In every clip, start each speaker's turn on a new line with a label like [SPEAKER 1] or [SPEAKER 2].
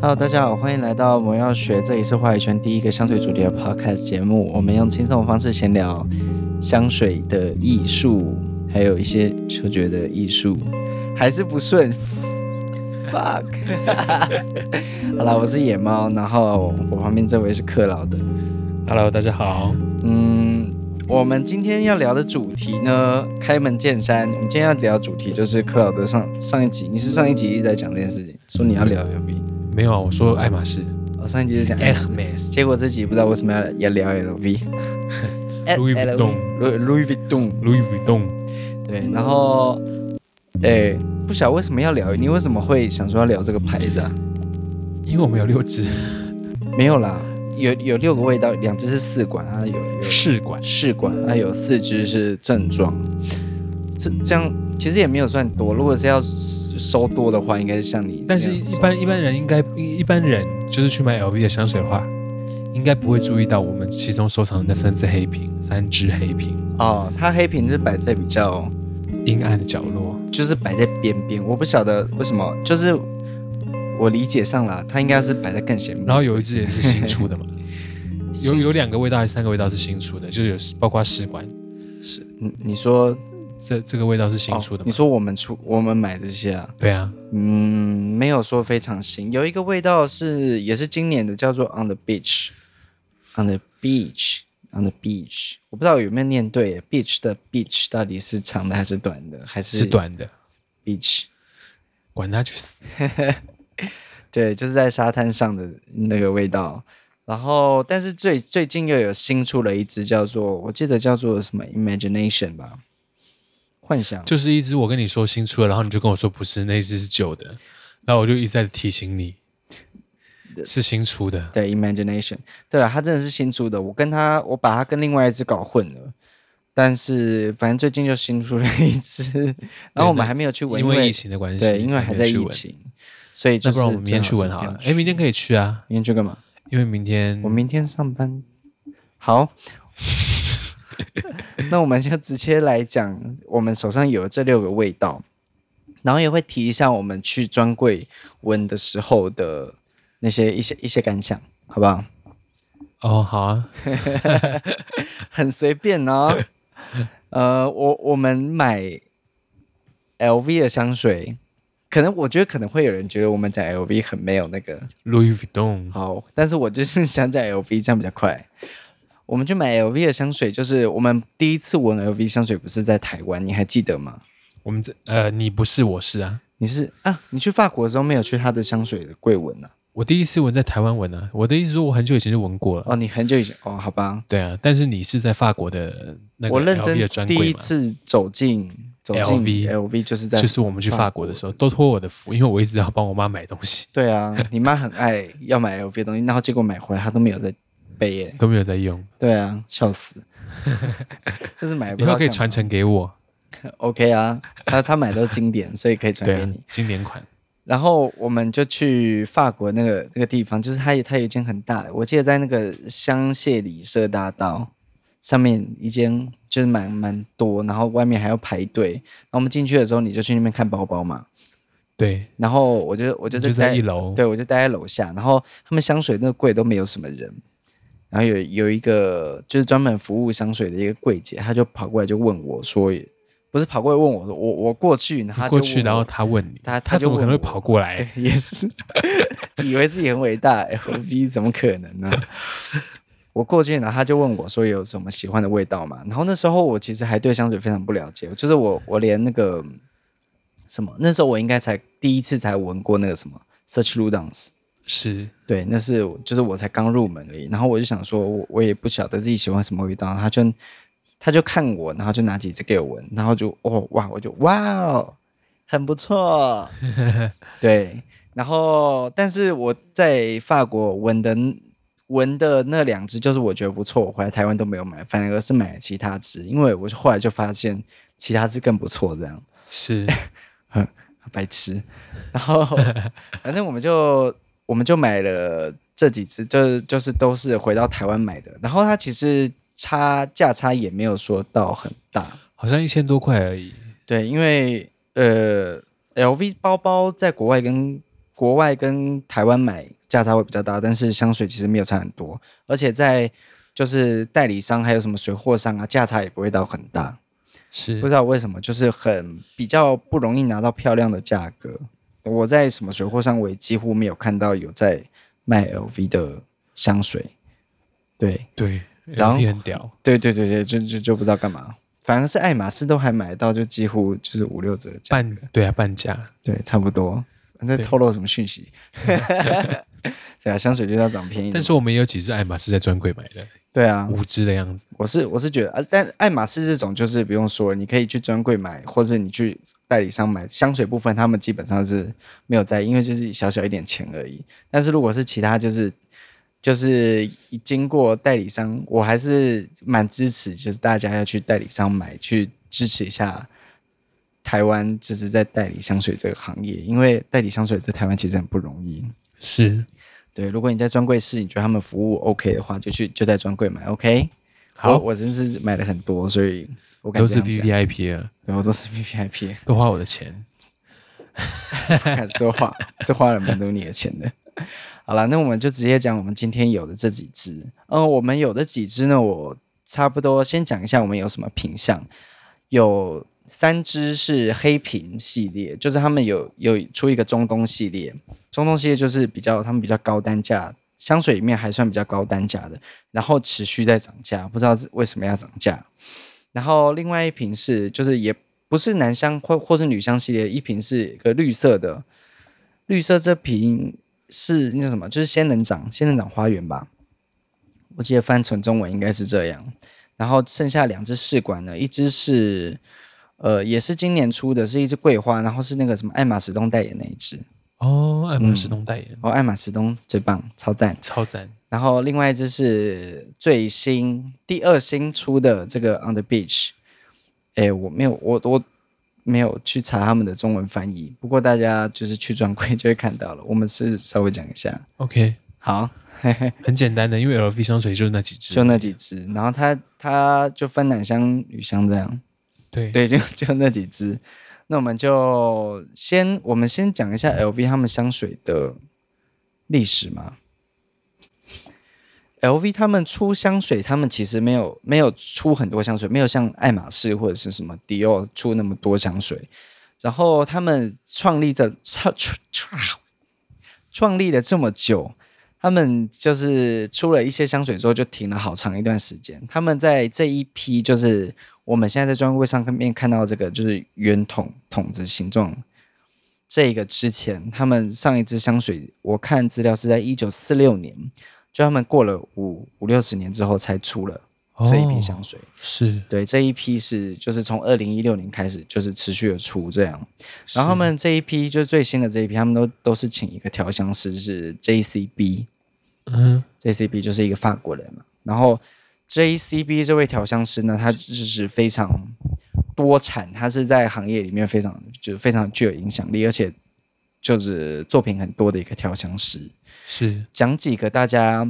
[SPEAKER 1] Hello，大家好，欢迎来到魔药学，这里是话语圈第一个香水主题的 Podcast 节目。我们用轻松的方式闲聊香水的艺术，还有一些嗅觉的艺术，还是不顺。Fuck！好啦，我是野猫，然后我旁边这位是克劳的。
[SPEAKER 2] Hello，大家好。
[SPEAKER 1] 嗯，我们今天要聊的主题呢，开门见山。我们今天要聊的主题就是克劳德上上一集，你是不是上一集一直在讲这件事情，说你要聊 LV？
[SPEAKER 2] 没有啊，我说爱马仕
[SPEAKER 1] 我上一集是讲
[SPEAKER 2] Hermes
[SPEAKER 1] 结果这集不知道为什么要要聊 LV。
[SPEAKER 2] Louis Vuitton
[SPEAKER 1] Louis Louis Vuitton，
[SPEAKER 2] ，Louis Vuitton。
[SPEAKER 1] 对，然后，哎，不晓得为什么要聊，你为什么会想说要聊这个牌子啊？
[SPEAKER 2] 因为我们有六支
[SPEAKER 1] 没有啦，有有六个味道，两只是试管啊，有有
[SPEAKER 2] 试管，
[SPEAKER 1] 试管，啊有四只是正装，这这样其实也没有算多，如果是要收多的话，应该是像你那样收，
[SPEAKER 2] 但是一一般一般人应该一一般人就是去买 LV 的香水的话，应该不会注意到我们其中收藏的那三支黑瓶，三支黑瓶
[SPEAKER 1] 哦，它黑瓶是摆在比较
[SPEAKER 2] 阴暗的角落。
[SPEAKER 1] 就是摆在边边，我不晓得为什么，就是我理解上了，它应该是摆在更前面。
[SPEAKER 2] 然后有一支也是新出 的嘛，有有两个味道还是三个味道是新出的，就是有包括试管，
[SPEAKER 1] 是你你说
[SPEAKER 2] 这这个味道是新出的
[SPEAKER 1] 哦你
[SPEAKER 2] 嘛？
[SPEAKER 1] 说我们出我们买这些啊？
[SPEAKER 2] 对啊，
[SPEAKER 1] 嗯，没有说非常新，有一个味道是也是今年的，叫做 On the Beach，On the Beach。On the beach，我不知道有没有念对耶，beach 的 beach 到底是长的还是短的？还是
[SPEAKER 2] 是短的，
[SPEAKER 1] beach？
[SPEAKER 2] 管他去死。
[SPEAKER 1] 对，就是在沙滩上的那个味道。然后，但是最最近又有新出了一支叫做，我记得叫做什么 Imagination 吧，幻想。
[SPEAKER 2] 就是一支我跟你说新出的，然后你就跟我说不是，那一支是旧的，然后我就一再提醒你是新出的。
[SPEAKER 1] 对 Imagination，对了，它真的是新出的，我跟它，我把它跟另外一只搞混了。但是反正最近就新出了一只，然后我们还没有去闻，
[SPEAKER 2] 因为疫情的关系，
[SPEAKER 1] 对，因为还
[SPEAKER 2] 还没
[SPEAKER 1] 在
[SPEAKER 2] 去
[SPEAKER 1] 疫
[SPEAKER 2] 闻。
[SPEAKER 1] 情，所以就
[SPEAKER 2] 那
[SPEAKER 1] 是
[SPEAKER 2] 不然我们明天去闻好了。哎，明天可以去啊，
[SPEAKER 1] 明天去干嘛？
[SPEAKER 2] 因为明天
[SPEAKER 1] 我明天上班。好， 那我们就直接来讲我们手上有的这六个味道，然后也会提一下我们去专柜闻的时候的那些一些一些感想，好不好？
[SPEAKER 2] 哦好啊，
[SPEAKER 1] 很随便哦。呃，我我们买 LV 的香水，可能我觉得可能会有人觉得我们讲 LV 很没有那个，
[SPEAKER 2] Louis Vuitton
[SPEAKER 1] 好，但是我就是 想讲 LV，这样比较快。我们去买 LV 的香水，就是我们第一次闻 LV 香水不是在台湾，你还记得吗？
[SPEAKER 2] 我们这呃你不是我是啊，
[SPEAKER 1] 你是啊，你去法国的时候没有去他的香水的柜闻啊？
[SPEAKER 2] 我第一次闻在台湾闻啊，我的意思说我很久以前就闻过了。
[SPEAKER 1] 哦，你很久以前哦，好吧，
[SPEAKER 2] 对啊，但是你是在法国的那个
[SPEAKER 1] 我认
[SPEAKER 2] LV 的
[SPEAKER 1] 真
[SPEAKER 2] 专
[SPEAKER 1] 第
[SPEAKER 2] 柜
[SPEAKER 1] 一
[SPEAKER 2] 嘛？
[SPEAKER 1] 次走进走进
[SPEAKER 2] LV
[SPEAKER 1] LV 就是在
[SPEAKER 2] 就是我们去法国的时候，都托我的福，因为我一直要帮我妈买东西，
[SPEAKER 1] 对啊，你妈很爱 要买 LV 的东西，然后结果买回来她都没有在背耶。
[SPEAKER 2] 都没有在用。
[SPEAKER 1] 对啊，笑 死，这是买不
[SPEAKER 2] 以
[SPEAKER 1] 到。
[SPEAKER 2] 后可以传承给我，
[SPEAKER 1] OK 啊，她她买都是经典，所以可以传
[SPEAKER 2] 对
[SPEAKER 1] 给
[SPEAKER 2] 啊
[SPEAKER 1] 你。，
[SPEAKER 2] 经典款。
[SPEAKER 1] 然后我们就去法国那个那个地方，就是它有它有一间很大的，我记得在那个香榭里舍大道上面一间，就是蛮蛮多，然后外面还要排队。然后我们进去的时候，你就去那边看包包嘛。
[SPEAKER 2] 对，
[SPEAKER 1] 然后我就我就
[SPEAKER 2] 你就在一楼
[SPEAKER 1] 对我就待在楼下。然后他们香水那个柜都没有什么人，然后有有一个就是专门服务香水的一个柜姐，她就跑过来就问我说，不是跑过来问我，我我过去，然后她
[SPEAKER 2] 你
[SPEAKER 1] 就
[SPEAKER 2] 过去，
[SPEAKER 1] 问
[SPEAKER 2] 然
[SPEAKER 1] 我
[SPEAKER 2] 后他问你，
[SPEAKER 1] 他他
[SPEAKER 2] 他
[SPEAKER 1] 就
[SPEAKER 2] 怎么可能
[SPEAKER 1] 问
[SPEAKER 2] 会
[SPEAKER 1] 我
[SPEAKER 2] 跑过来
[SPEAKER 1] 对？， 也是，以为自己很伟大，LV 怎么可能呢？我过去，然后他就问我说有什么喜欢的味道嘛？然后那时候我其实还对香水非常不了解，就是我我连那个什么，那时候我应该才第一次才闻过那个什么 Search Ludens，
[SPEAKER 2] 是
[SPEAKER 1] 对，那是我就是我才刚入门而已。然后我就想说，我我也不晓得自己喜欢什么味道，他就他就看我，然后就拿几支给我闻，然后就哦哇，我就哇哦，很不错，对。然后，但是我在法国闻的闻的那两支，就是我觉得不错，我回来台湾都没有买，反而是买了其他支，因为我后来就发现其他支更不错，这样。
[SPEAKER 2] 是，
[SPEAKER 1] 白痴。然后反正我们就我们就买了这几只，就是就是都是回到台湾买的。然后它其实差价差也没有说到很大，
[SPEAKER 2] 好像一千多块而已。
[SPEAKER 1] 对，因为呃，LV 包包在国外跟国外跟台湾买价差会比较大，但是香水其实没有差很多，而且在就是代理商还有什么水货商啊，价差也不会到很大。
[SPEAKER 2] 是
[SPEAKER 1] 不知道为什么，就是很比较不容易拿到漂亮的价格。我在什么水货上，我也几乎没有看到有在卖 LV 的香水。对，
[SPEAKER 2] 对，
[SPEAKER 1] 然后
[SPEAKER 2] LV 很屌，
[SPEAKER 1] 对对对对，就就就不知道干嘛。反而是爱马仕都还买得到，就几乎就是五六折价。
[SPEAKER 2] 半对啊半价，
[SPEAKER 1] 对，差不多。那透露什么讯息？ 对啊，香水就是要长便宜的嘛。
[SPEAKER 2] 但是我们也有几支爱马仕在专柜买的，
[SPEAKER 1] 对啊，
[SPEAKER 2] 五支的样子。
[SPEAKER 1] 我是我是觉得，啊，但爱马仕这种就是不用说了，你可以去专柜买，或者你去代理商买。香水部分他们基本上是没有在意，因为就是小小一点钱而已。但是如果是其他，就是就是经过代理商，我还是蛮支持，就是大家要去代理商买，去支持一下台湾，就是在代理香水这个行业，因为代理香水在台湾其实很不容易。
[SPEAKER 2] 是，
[SPEAKER 1] 对，如果你在专柜试，你觉得他们服务 OK 的话，就去就在专柜买 OK。
[SPEAKER 2] 好
[SPEAKER 1] 我我真是买了很多，所以我敢
[SPEAKER 2] 都
[SPEAKER 1] 这
[SPEAKER 2] 是
[SPEAKER 1] 样讲，
[SPEAKER 2] VVIP 啊，
[SPEAKER 1] 对我都是 VIP，
[SPEAKER 2] 都花我的钱。
[SPEAKER 1] 不敢说话， 是花 了蛮多你的钱的。好了，那我们就直接讲我们今天有的这几支。呃，我们有的几支呢，我差不多先讲一下我们有什么品相，有三支是黑瓶系列，就是他们有有出一个中东系列，中东系列就是比较他们比较高单价，香水里面还算比较高单价的，然后持续在涨价，不知道是为什么要涨价。然后另外一瓶是就是也不是男香或或是女香系列，一瓶是一个绿色的，绿色这瓶是那叫什么？就是仙人掌，仙人掌花园吧。我记得翻成中文应该是这样。然后剩下两只试管呢，一只是呃也是今年出的，是一只桂花，然后是那个什么爱马仕东代言那一只。
[SPEAKER 2] 哦，爱马仕东代言，
[SPEAKER 1] 哦，爱马仕东最棒，超赞。
[SPEAKER 2] 超赞。
[SPEAKER 1] 然后另外一只是最新第二新出的这个 On the Beach，哎，我没有，我我没有去查他们的中文翻译，不过大家就是去专柜就会看到了。我们是稍微讲一下，
[SPEAKER 2] OK，
[SPEAKER 1] 好，
[SPEAKER 2] 很简单的，因为 LV 香水就是那几支，
[SPEAKER 1] 就那几只，然后它它就分男香、女香这样，
[SPEAKER 2] 对
[SPEAKER 1] 对，就 就那几只。那我们就先我们先讲一下 LV 他们香水的历史嘛。LV 他们出香水，他们其实没有没有出很多香水，没有像爱马仕或者是什么迪奥出那么多香水。然后他们创立的创创创创立了这么久，他们就是出了一些香水之后就停了好长一段时间。他们在这一批就是我们现在在专柜上面看到这个就是圆筒筒子形状这个之前，他们上一支香水，我看资料是在一九四六年，就他们过了五五六十年之后才出了
[SPEAKER 2] 哦
[SPEAKER 1] 这一批香水。
[SPEAKER 2] 是
[SPEAKER 1] 对，这一批是就是从二零一六年开始，就是持续的出这样。然后他们这一批就是最新的这一批，他们都都是请一个调香师是 JCB，
[SPEAKER 2] 嗯
[SPEAKER 1] JCB 就是一个法国人嘛。然后 JCB 这位调香师呢，他就是非常多产，他是在行业里面非常就是非常具有影响力，而且就是作品很多的一个调香师。
[SPEAKER 2] 是
[SPEAKER 1] 讲几个大家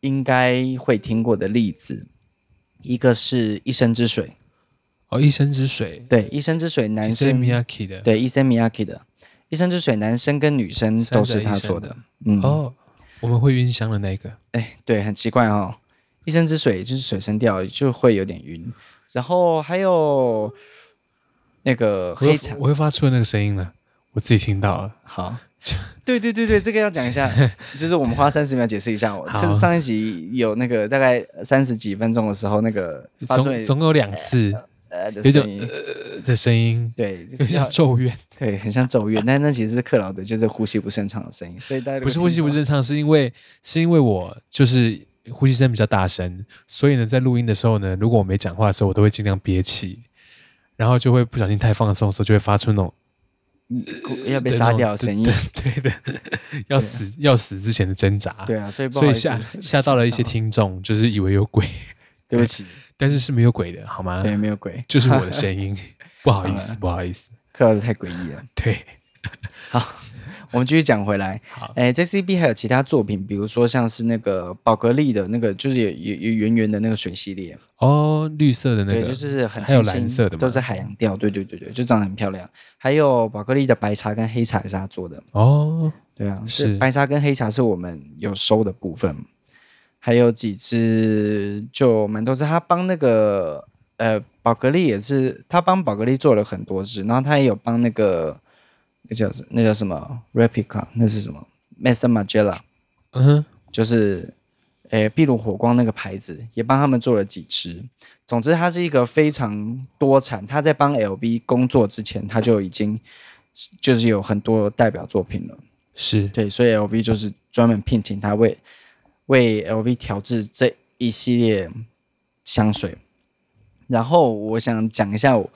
[SPEAKER 1] 应该会听过的例子，一个是一生之水，
[SPEAKER 2] 哦，一生之水，
[SPEAKER 1] 对，一生之水男
[SPEAKER 2] 是
[SPEAKER 1] 生
[SPEAKER 2] Miyaki 的，
[SPEAKER 1] 对伊森米亚 i 的。一生之水，男生跟女生都是他做的
[SPEAKER 2] 三。
[SPEAKER 1] 嗯，
[SPEAKER 2] 哦，我们会晕香的那一个，
[SPEAKER 1] 哎，对，很奇怪哦。一生之水就是水生调，就会有点晕。然后还有那个
[SPEAKER 2] 我
[SPEAKER 1] 黑
[SPEAKER 2] 会
[SPEAKER 1] 茶，
[SPEAKER 2] 我会发出那个声音了，我自己听到了。
[SPEAKER 1] 好，对对对对，这个要讲一下，就是我们花三十秒解释一下。我
[SPEAKER 2] 好
[SPEAKER 1] 这上一集有那个大概三十几分钟的时候，那个发出
[SPEAKER 2] 总总有两次
[SPEAKER 1] 呃的
[SPEAKER 2] 有
[SPEAKER 1] 声
[SPEAKER 2] 点
[SPEAKER 1] 音，
[SPEAKER 2] 呃的声音，
[SPEAKER 1] 对，这
[SPEAKER 2] 有
[SPEAKER 1] 个
[SPEAKER 2] 点像
[SPEAKER 1] 叫
[SPEAKER 2] 咒怨，
[SPEAKER 1] 对，很像咒怨，但那其实是克劳德就是呼吸不顺畅的声音，所以大家如
[SPEAKER 2] 不
[SPEAKER 1] 果
[SPEAKER 2] 是呼吸
[SPEAKER 1] 听
[SPEAKER 2] 不
[SPEAKER 1] 到
[SPEAKER 2] 正常，是因为是因为我就是呼吸声比较大声，所以呢，在录音的时候呢，如果我没讲话的时候，我都会尽量憋气，然后就会不小心太放松的时候，就会发出那种
[SPEAKER 1] 嗯要被杀掉的声音，
[SPEAKER 2] 呃对的要死要死之前的挣扎。
[SPEAKER 1] 对啊，所以不
[SPEAKER 2] 所
[SPEAKER 1] 好
[SPEAKER 2] 以
[SPEAKER 1] 意思哦
[SPEAKER 2] 吓，吓到了一些听众，就是以为有鬼，
[SPEAKER 1] 对不起，
[SPEAKER 2] 但是是没有鬼的，好吗？
[SPEAKER 1] 对，没有鬼，
[SPEAKER 2] 就是我的 声音，不好意思，不好意思。
[SPEAKER 1] 克劳德太诡异了。
[SPEAKER 2] 对，
[SPEAKER 1] 我们继续讲回来
[SPEAKER 2] 好，
[SPEAKER 1] 哎，JCB 还有其他作品，比如说像是那个宝格丽的那个，就是有有有圆圆的那个水系列，
[SPEAKER 2] 哦，绿色的那个，
[SPEAKER 1] 对，就是很
[SPEAKER 2] 还有
[SPEAKER 1] 清新
[SPEAKER 2] 蓝色的嘛，
[SPEAKER 1] 都是海洋调，对对对对，就长得很漂亮。还有宝格丽的白茶跟黑茶也是他做的，
[SPEAKER 2] 哦，
[SPEAKER 1] 对啊，
[SPEAKER 2] 是
[SPEAKER 1] 是白茶跟黑茶是我们有收的部分，还有几支就蛮多支，他帮那个呃宝格丽也是，他帮宝格丽做了很多支，然后他也有帮那个那叫什那叫什么 Replica 那是什么 Mason Margiela
[SPEAKER 2] 嗯哼，
[SPEAKER 1] 就是诶秘鲁火光那个牌子，也帮他们做了几支。总之，它是一个非常多产。他在帮 LB 工作之前，他就已经就是有很多代表作品了。
[SPEAKER 2] 是
[SPEAKER 1] 对，所以 LV 就是专门聘请他为为 LV 调制这一系列香水。然后我想讲一下我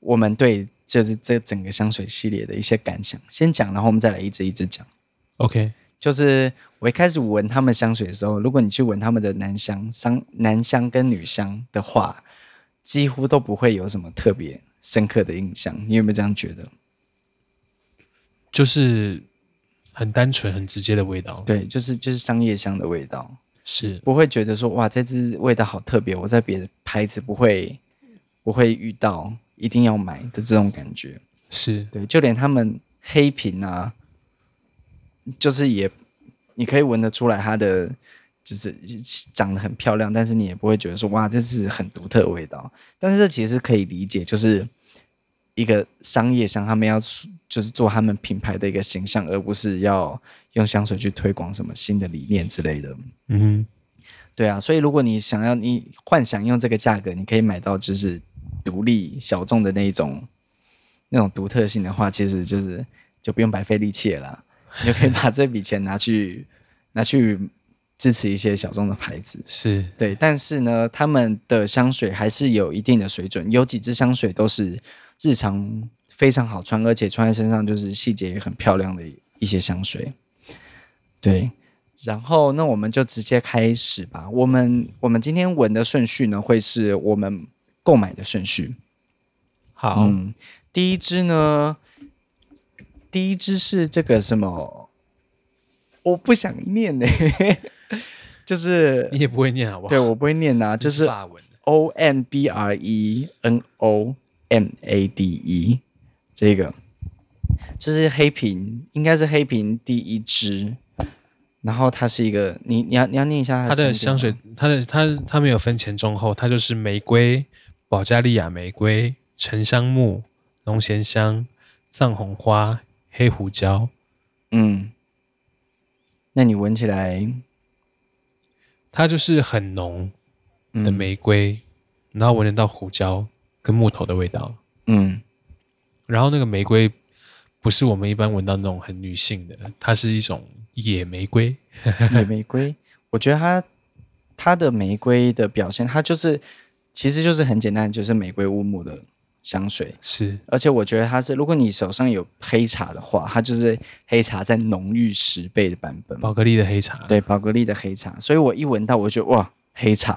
[SPEAKER 1] 我们对就是这整个香水系列的一些感想，先讲，然后我们再来一支一支讲。
[SPEAKER 2] OK，
[SPEAKER 1] 就是我一开始闻他们香水的时候，如果你去闻他们的男香、香男香跟女香的话，几乎都不会有什么特别深刻的印象。你有没有这样觉得？
[SPEAKER 2] 就是很单纯、很直接的味道，
[SPEAKER 1] 对，就是就是商业香的味道。
[SPEAKER 2] 是
[SPEAKER 1] 不会觉得说哇，这支味道好特别，我在别的牌子不会不会遇到，一定要买的这种感觉。
[SPEAKER 2] 是
[SPEAKER 1] 对，就连他们黑瓶啊，就是也你可以闻得出来它的就是长得很漂亮，但是你也不会觉得说哇，这是很独特的味道。但是这其实可以理解，就是一个商业上他们要就是做他们品牌的一个形象，而不是要用香水去推广什么新的理念之类的。
[SPEAKER 2] 嗯
[SPEAKER 1] 对啊，所以如果你想要，你幻想用这个价格，你可以买到就是独立小众的那一种那种独特性的话，其实就是就不用白费力气了啦，你就可以把这笔钱拿去拿去支持一些小众的牌子
[SPEAKER 2] 哼，。是
[SPEAKER 1] 对，但是呢，他们的香水还是有一定的水准，有几支香水都是日常非常好穿，而且穿在身上就是细节也很漂亮的一些香水。对，然后那我们就直接开始吧。我们我们今天闻的顺序呢，会是我们购买的顺序。
[SPEAKER 2] 好，
[SPEAKER 1] 嗯，第一支呢，第一支是这个什么，我不想念呢、 就是
[SPEAKER 2] 你也不会念好不好？
[SPEAKER 1] 对，我不会念呐、啊
[SPEAKER 2] 这
[SPEAKER 1] 就是
[SPEAKER 2] 法文
[SPEAKER 1] O M B R E N O M A D E 这个，就是黑瓶，应该是黑瓶第一支。然后它是一个，你你要你要念一下
[SPEAKER 2] 它的
[SPEAKER 1] 香
[SPEAKER 2] 香
[SPEAKER 1] 水
[SPEAKER 2] 水
[SPEAKER 1] 吗，，
[SPEAKER 2] 它的它它没有分前中后，它就是玫瑰、保加利亚玫瑰、沉香木、龙涎香、藏红花、黑胡椒。
[SPEAKER 1] 嗯，那你闻起来，
[SPEAKER 2] 它就是很浓的
[SPEAKER 1] 嗯
[SPEAKER 2] 玫瑰，然后闻得到胡椒跟木头的味道。
[SPEAKER 1] 嗯
[SPEAKER 2] 然后那个玫瑰不是我们一般闻到那种很女性的，它是一种野玫瑰。
[SPEAKER 1] 野玫瑰，我觉得它它的玫瑰的表现，它就是其实就是很简单，就是玫瑰乌木的香水，
[SPEAKER 2] 是
[SPEAKER 1] 而且我觉得它是，如果你手上有黑茶的话，它就是黑茶再浓郁十倍的版本。
[SPEAKER 2] 宝格丽的黑茶。，
[SPEAKER 1] 对，宝格丽的黑茶，所以我一闻到我就觉得哇，黑茶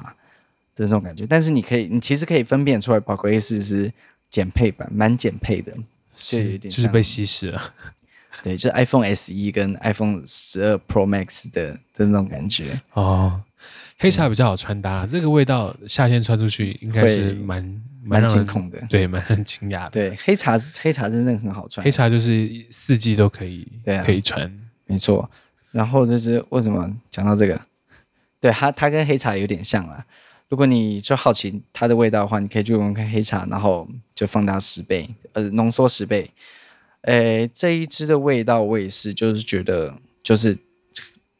[SPEAKER 1] 的这种感觉。但是你可以，你其实可以分辨出来，宝格丽是是减配版，蛮减配的。就
[SPEAKER 2] 是
[SPEAKER 1] 有点
[SPEAKER 2] 就是
[SPEAKER 1] 像
[SPEAKER 2] 被稀释了。
[SPEAKER 1] 对，就是 iPhone SE 跟 iPhone 十二 Pro Max 的的那种感觉。
[SPEAKER 2] 哦，黑
[SPEAKER 1] 嗯
[SPEAKER 2] 茶比较好穿搭，这个味道夏天穿出去应该是
[SPEAKER 1] 会
[SPEAKER 2] 蛮
[SPEAKER 1] 蛮
[SPEAKER 2] 让人
[SPEAKER 1] 惊恐的
[SPEAKER 2] 对，蛮很惊讶的。，
[SPEAKER 1] 对，黑茶黑茶真的很好穿
[SPEAKER 2] 黑，茶就是四季都可以，
[SPEAKER 1] 对啊
[SPEAKER 2] 可以穿。
[SPEAKER 1] 没错。然后就是为什么讲到这个，对它它跟黑茶有点像啦。如果你就好奇它的味道的话，你可以去闻闻看黑茶，然后就放大十倍，呃，浓缩十倍。诶，这一支的味道我也是，就是觉得就是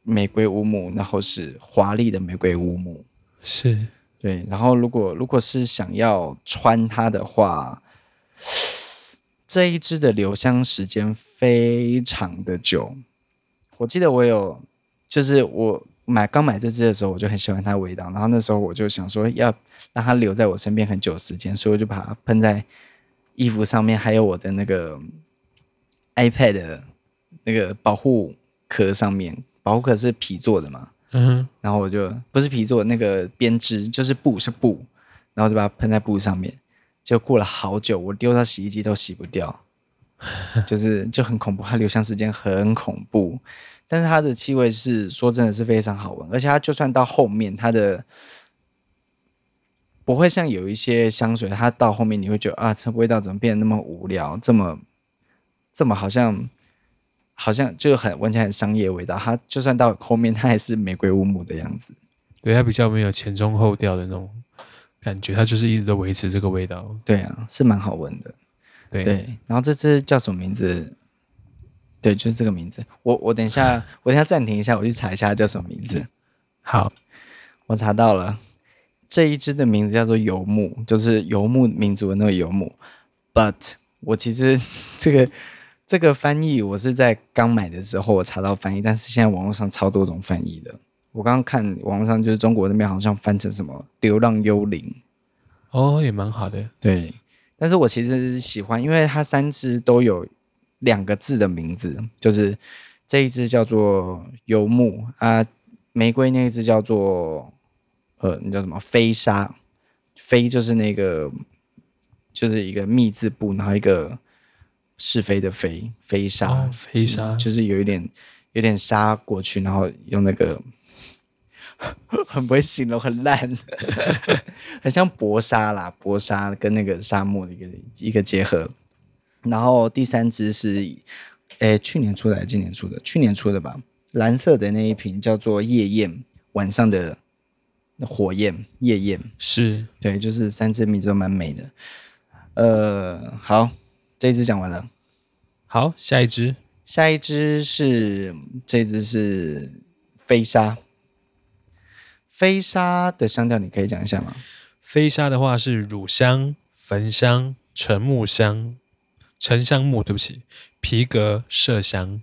[SPEAKER 1] 玫瑰乌木，然后是华丽的玫瑰乌木。
[SPEAKER 2] 是
[SPEAKER 1] 对，然后如果如果是想要穿它的话，这一支的留香时间非常的久。我记得我有，就是我买刚买这支的时候，我就很喜欢它的味道，然后那时候我就想说要让它留在我身边很久的时间，所以我就把它喷在衣服上面，还有我的那个 iPad 的那个保护壳上面，保护壳是皮做的嘛，
[SPEAKER 2] 嗯
[SPEAKER 1] 然后我就不是皮做那个编织，就是布是布，然后就把它喷在布上面。就过了好久，我丢到洗衣机都洗不掉，就是就很恐怖，它留香时间很恐怖。但是它的气味是说真的是非常好闻，而且它就算到后面它的不会像有一些香水，它到后面你会觉得啊，这味道怎么变得那么无聊，这么这么好像好像就很闻起来很商业味道。它就算到后面，它还是玫瑰乌木的样子。
[SPEAKER 2] 对，它比较没有前中后调的那种感觉，它就是一直都维持这个味道。
[SPEAKER 1] 对啊，是蛮好闻的。
[SPEAKER 2] 对，
[SPEAKER 1] 对，然后这支叫什么名字？对，就是这个名字。我我等一下，我等一下暂停一下，我去查一下它叫什么名字。
[SPEAKER 2] 好，
[SPEAKER 1] 我查到了，这一支的名字叫做游牧，就是游牧民族的那个游牧。But 我其实 这个这个翻译，我是在刚买的时候我查到翻译，但是现在网络上超多种翻译的。我刚刚看网络上就是中国那边好像翻成什么“流浪幽灵”，
[SPEAKER 2] 哦，也蛮好的。
[SPEAKER 1] 对，但是我其实是喜欢，因为它三只都有两个字的名字，就是这一只叫做游牧啊，玫瑰那一只叫做呃，那叫什么飞沙，飞就是那个就是一个密字部，然后一个是非的非，飞沙，
[SPEAKER 2] 哦飞沙
[SPEAKER 1] 就是就是有一点有点沙过去，然后用那个。 很不会形容，很烂，很像薄纱啦，薄纱跟那个沙漠的一个一个结合。然后第三支是，诶、去年出的还是今年出的？去年出的吧。蓝色的那一瓶叫做夜宴，晚上的火焰，夜宴。
[SPEAKER 2] 是，
[SPEAKER 1] 对，就是三支名字都蛮美的。呃，好，这一支讲完了。
[SPEAKER 2] 好，下一支
[SPEAKER 1] 下一只是这只是飞沙，飞沙的香调你可以讲一下吗？
[SPEAKER 2] 飞沙的话是乳香、焚香、沉木香、沉香木，对不起，皮革麝香。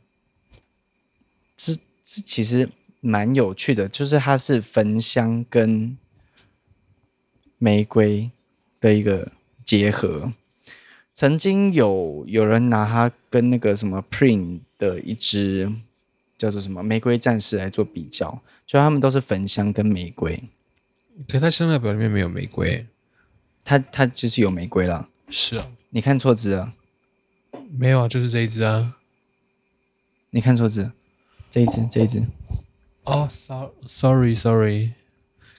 [SPEAKER 1] 这这其实蛮有趣的，就是它是焚香跟玫瑰的一个结合。曾经有有人拿它跟那个什么 Prin 的一支叫做什么玫瑰战士来做比较，就他们都是焚香跟玫瑰，
[SPEAKER 2] 可是它香料表里面没有玫瑰。
[SPEAKER 1] 它它就是有玫瑰啦。
[SPEAKER 2] 是啊，
[SPEAKER 1] 你看错字了。
[SPEAKER 2] 没有啊，就是这一支啊。
[SPEAKER 1] 你看错字，这一只，这一只，
[SPEAKER 2] 哦，sorry，sorry，sorry，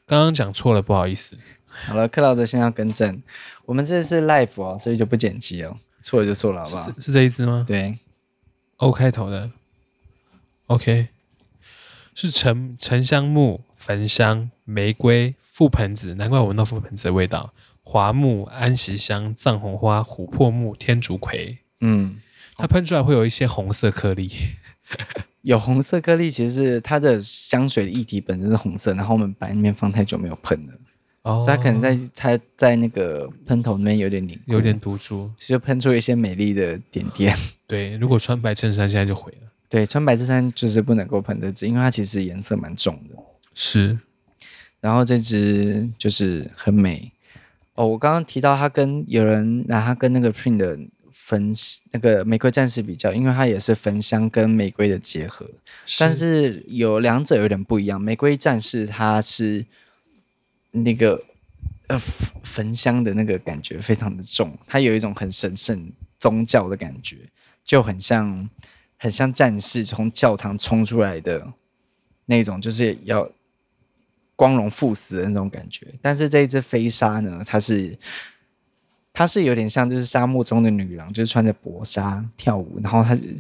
[SPEAKER 2] 刚刚讲错了，不好意思。
[SPEAKER 1] 好了，克劳德先要更正，我们这是 live 哦，所以就不剪辑哦，错了就错了，好不好？
[SPEAKER 2] 是是这一支吗
[SPEAKER 1] 对，
[SPEAKER 2] ？O 开头的，OK，是沉沉香木、焚香、玫瑰、覆盆子，难怪我闻到覆盆子的味道。桦木、安息香、藏红花、琥珀木、天竺葵，
[SPEAKER 1] 嗯，
[SPEAKER 2] 它喷出来会有一些红色颗粒。
[SPEAKER 1] 有红色颗粒，其实是它的香水的液体本身是红色，然后我们白那边放太久没有喷了，
[SPEAKER 2] 哦
[SPEAKER 1] 所以它可能在它在那个喷头那边有点凝固
[SPEAKER 2] 有点，毒株。
[SPEAKER 1] 就喷出一些美丽的点点。
[SPEAKER 2] 对，如果穿白衬衫，现在就毁了。
[SPEAKER 1] 对，穿白衬衫就是不能够喷这支，因为它其实颜色蛮重的。
[SPEAKER 2] 是，
[SPEAKER 1] 然后这支就是很美哦。我刚刚提到它跟有人拿它跟那个 Print 的焚那个玫瑰战士比较，因为它也是焚香跟玫瑰的结合，但是有两者有点不一样。玫瑰战士它是那个呃焚焚香的那个感觉非常的重，它有一种很神圣宗教的感觉，就很像很像战士从教堂冲出来的那种，就是要光荣赴死的那种感觉。但是这一只飞沙呢，它是它是有点像就是沙漠中的女郎，就是穿着薄纱跳舞，然后它是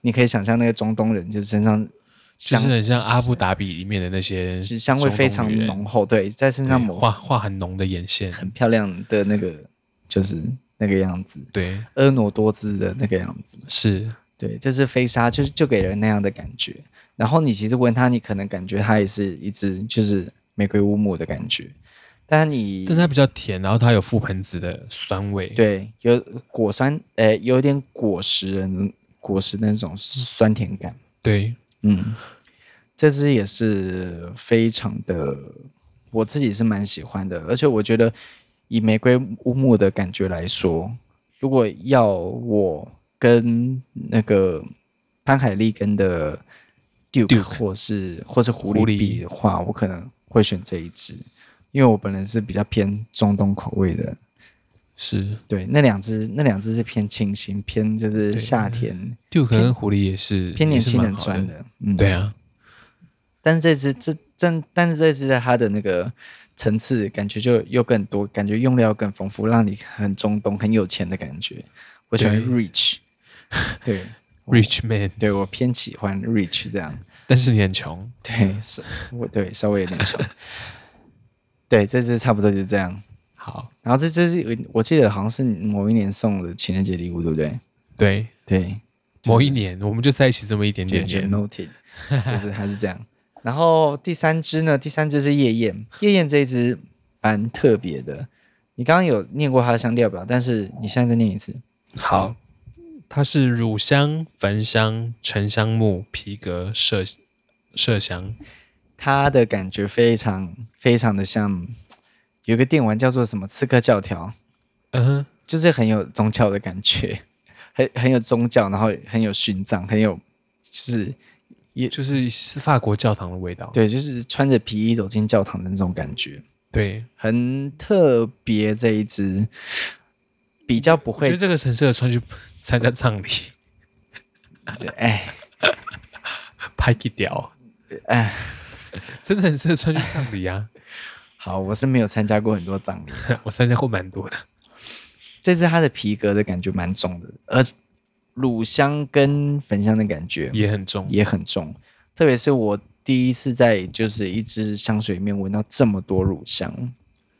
[SPEAKER 1] 你可以想象那个中东人就是身上
[SPEAKER 2] 就
[SPEAKER 1] 香
[SPEAKER 2] 是很像阿布达比里面的那些
[SPEAKER 1] 是香味非常浓厚，对，在身
[SPEAKER 2] 中
[SPEAKER 1] 上
[SPEAKER 2] 东女人，
[SPEAKER 1] 抹
[SPEAKER 2] 对画画很浓的眼 线，
[SPEAKER 1] 很漂亮的那个就是那个样子，
[SPEAKER 2] 对，
[SPEAKER 1] 婀娜多姿的那个样子。
[SPEAKER 2] 是
[SPEAKER 1] 对，这是飞沙，就是就给人那样的感觉。然后你其实闻它，你可能感觉它也是一只就是玫瑰乌木的感觉，但你
[SPEAKER 2] 但它比较甜，然后它有覆盆子的酸味。，
[SPEAKER 1] 对有果酸，呃，有点果实的那果实的那种酸甜感。
[SPEAKER 2] 对，
[SPEAKER 1] 嗯，这支也是非常的，我自己是蛮喜欢的，而且我觉得以玫瑰乌木的感觉来说，如果要我跟那个潘海利根的 Duke,
[SPEAKER 2] Duke
[SPEAKER 1] 或是或是狐
[SPEAKER 2] 狐
[SPEAKER 1] 狸
[SPEAKER 2] 狸
[SPEAKER 1] 比的话，我可能会选这一支，因为我本人是比较偏中东口味的。
[SPEAKER 2] 是
[SPEAKER 1] 对，那两只那两只是偏清新，偏就是夏天，
[SPEAKER 2] Duke 跟狐狸也是
[SPEAKER 1] 偏年轻人
[SPEAKER 2] 也
[SPEAKER 1] 穿
[SPEAKER 2] 是蛮好的。
[SPEAKER 1] 的。嗯，
[SPEAKER 2] 对啊，
[SPEAKER 1] 但是这次这但但是这次在它的那个层次感觉就又更多，感觉用料更丰富，让你很中东、很有钱的感觉。我喜欢
[SPEAKER 2] 对
[SPEAKER 1] rich，对
[SPEAKER 2] rich man，
[SPEAKER 1] 对，我偏喜欢 rich 这样。
[SPEAKER 2] 但是你很穷。
[SPEAKER 1] 对，是，我对稍微有点穷。对，这次差不多就是这样。
[SPEAKER 2] 好，
[SPEAKER 1] 然后这这是我记得好像是某一年送的情人节礼物，对不对？
[SPEAKER 2] 对，
[SPEAKER 1] 对，
[SPEAKER 2] 某一年我们就在一起这么一点点
[SPEAKER 1] 就
[SPEAKER 2] 年，
[SPEAKER 1] noted，就是 它是这样。然后第三只呢，第三只是夜宴，夜宴这一只蛮特别的。你刚刚有念过它的香调表，但是你现在再念一次。
[SPEAKER 2] 好，它是乳香、焚香、沉香木、皮革、麝麝香。
[SPEAKER 1] 它的感觉非常非常的像，有一个电玩叫做什么《刺客教条》，
[SPEAKER 2] 嗯哼，
[SPEAKER 1] 就是很有宗教的感觉，很很有宗教，然后很有殉葬，很有就是
[SPEAKER 2] 就是是法国教堂的味道。
[SPEAKER 1] 对，就是穿着皮衣走进教堂的那种感觉，
[SPEAKER 2] 对，
[SPEAKER 1] 很特别。这一只比较不
[SPEAKER 2] 我觉
[SPEAKER 1] 会
[SPEAKER 2] 得这个很适合穿去参加葬礼，
[SPEAKER 1] 对，哎
[SPEAKER 2] 拍一屌，
[SPEAKER 1] 哎，
[SPEAKER 2] 真的很适合穿去葬礼啊！
[SPEAKER 1] 好，我是没有参加过很多葬礼。
[SPEAKER 2] 我参加过蛮多的。
[SPEAKER 1] 这次它的皮革的感觉蛮重的，而乳香跟焚香的感觉
[SPEAKER 2] 也很重，
[SPEAKER 1] 也很重，特别是我第一次在就是一支香水里面闻到这么多乳香。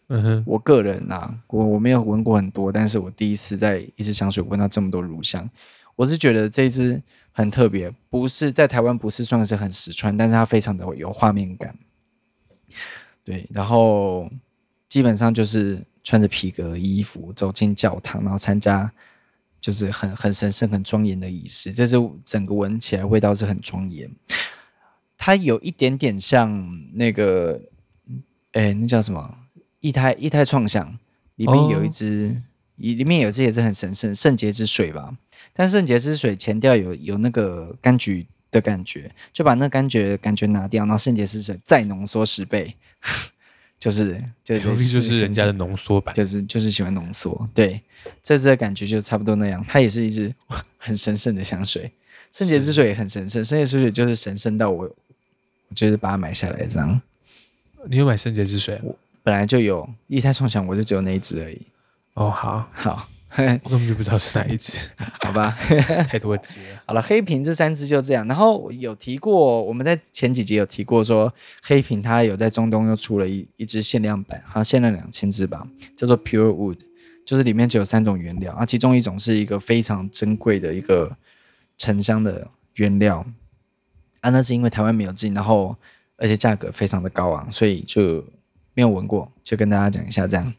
[SPEAKER 2] 嗯哼，
[SPEAKER 1] 我个人啊，我我没有闻过很多，但是我第一次在一支香水闻到这么多乳香，我是觉得这支很特别，不是在台湾不是算是很实穿，但是它非常的有画面感。对，然后基本上就是穿着皮革衣服走进教堂，然后参加就是很很神圣、很庄严的仪式，这是整个闻起来味道是很庄严。它有一点点像那个，哎，那叫什么？一胎一胎创想里面有一
[SPEAKER 2] 哦
[SPEAKER 1] 只，里、里面有一只也是很神圣圣洁之水吧，但圣洁之水前调有有那个柑橘的感觉，就把那柑橘的感觉拿掉，然后圣洁之水再浓缩十倍， 就是就
[SPEAKER 2] 尤其就是人家的
[SPEAKER 1] 很
[SPEAKER 2] 浓缩版。
[SPEAKER 1] 就是就是喜欢浓缩。对，这支的感觉就差不多那样。它也是一支很神圣的香水，圣洁之水也很神圣，圣洁之水就是神圣到我，我就是把它买下来这样。
[SPEAKER 2] 你有买圣洁之水啊？
[SPEAKER 1] 本来就有一胎创想，我就只有那一支而已。
[SPEAKER 2] 哦，好，
[SPEAKER 1] 好，
[SPEAKER 2] 我根本就不知道是哪一 只，
[SPEAKER 1] 好吧。
[SPEAKER 2] 太多只了。
[SPEAKER 1] 好了，黑瓶这三只就这样。然后有提过，我们在前几集有提过说，黑瓶它有在中东又出了一一支限量版，好像限量两千只吧，叫做 Pure Wood，就是里面只有三种原料啊，其中一种是一个非常珍贵的一个沉香的原料啊，那是因为台湾没有进，然后而且价格非常的高昂，所以就没有闻过，就跟大家讲一下这样。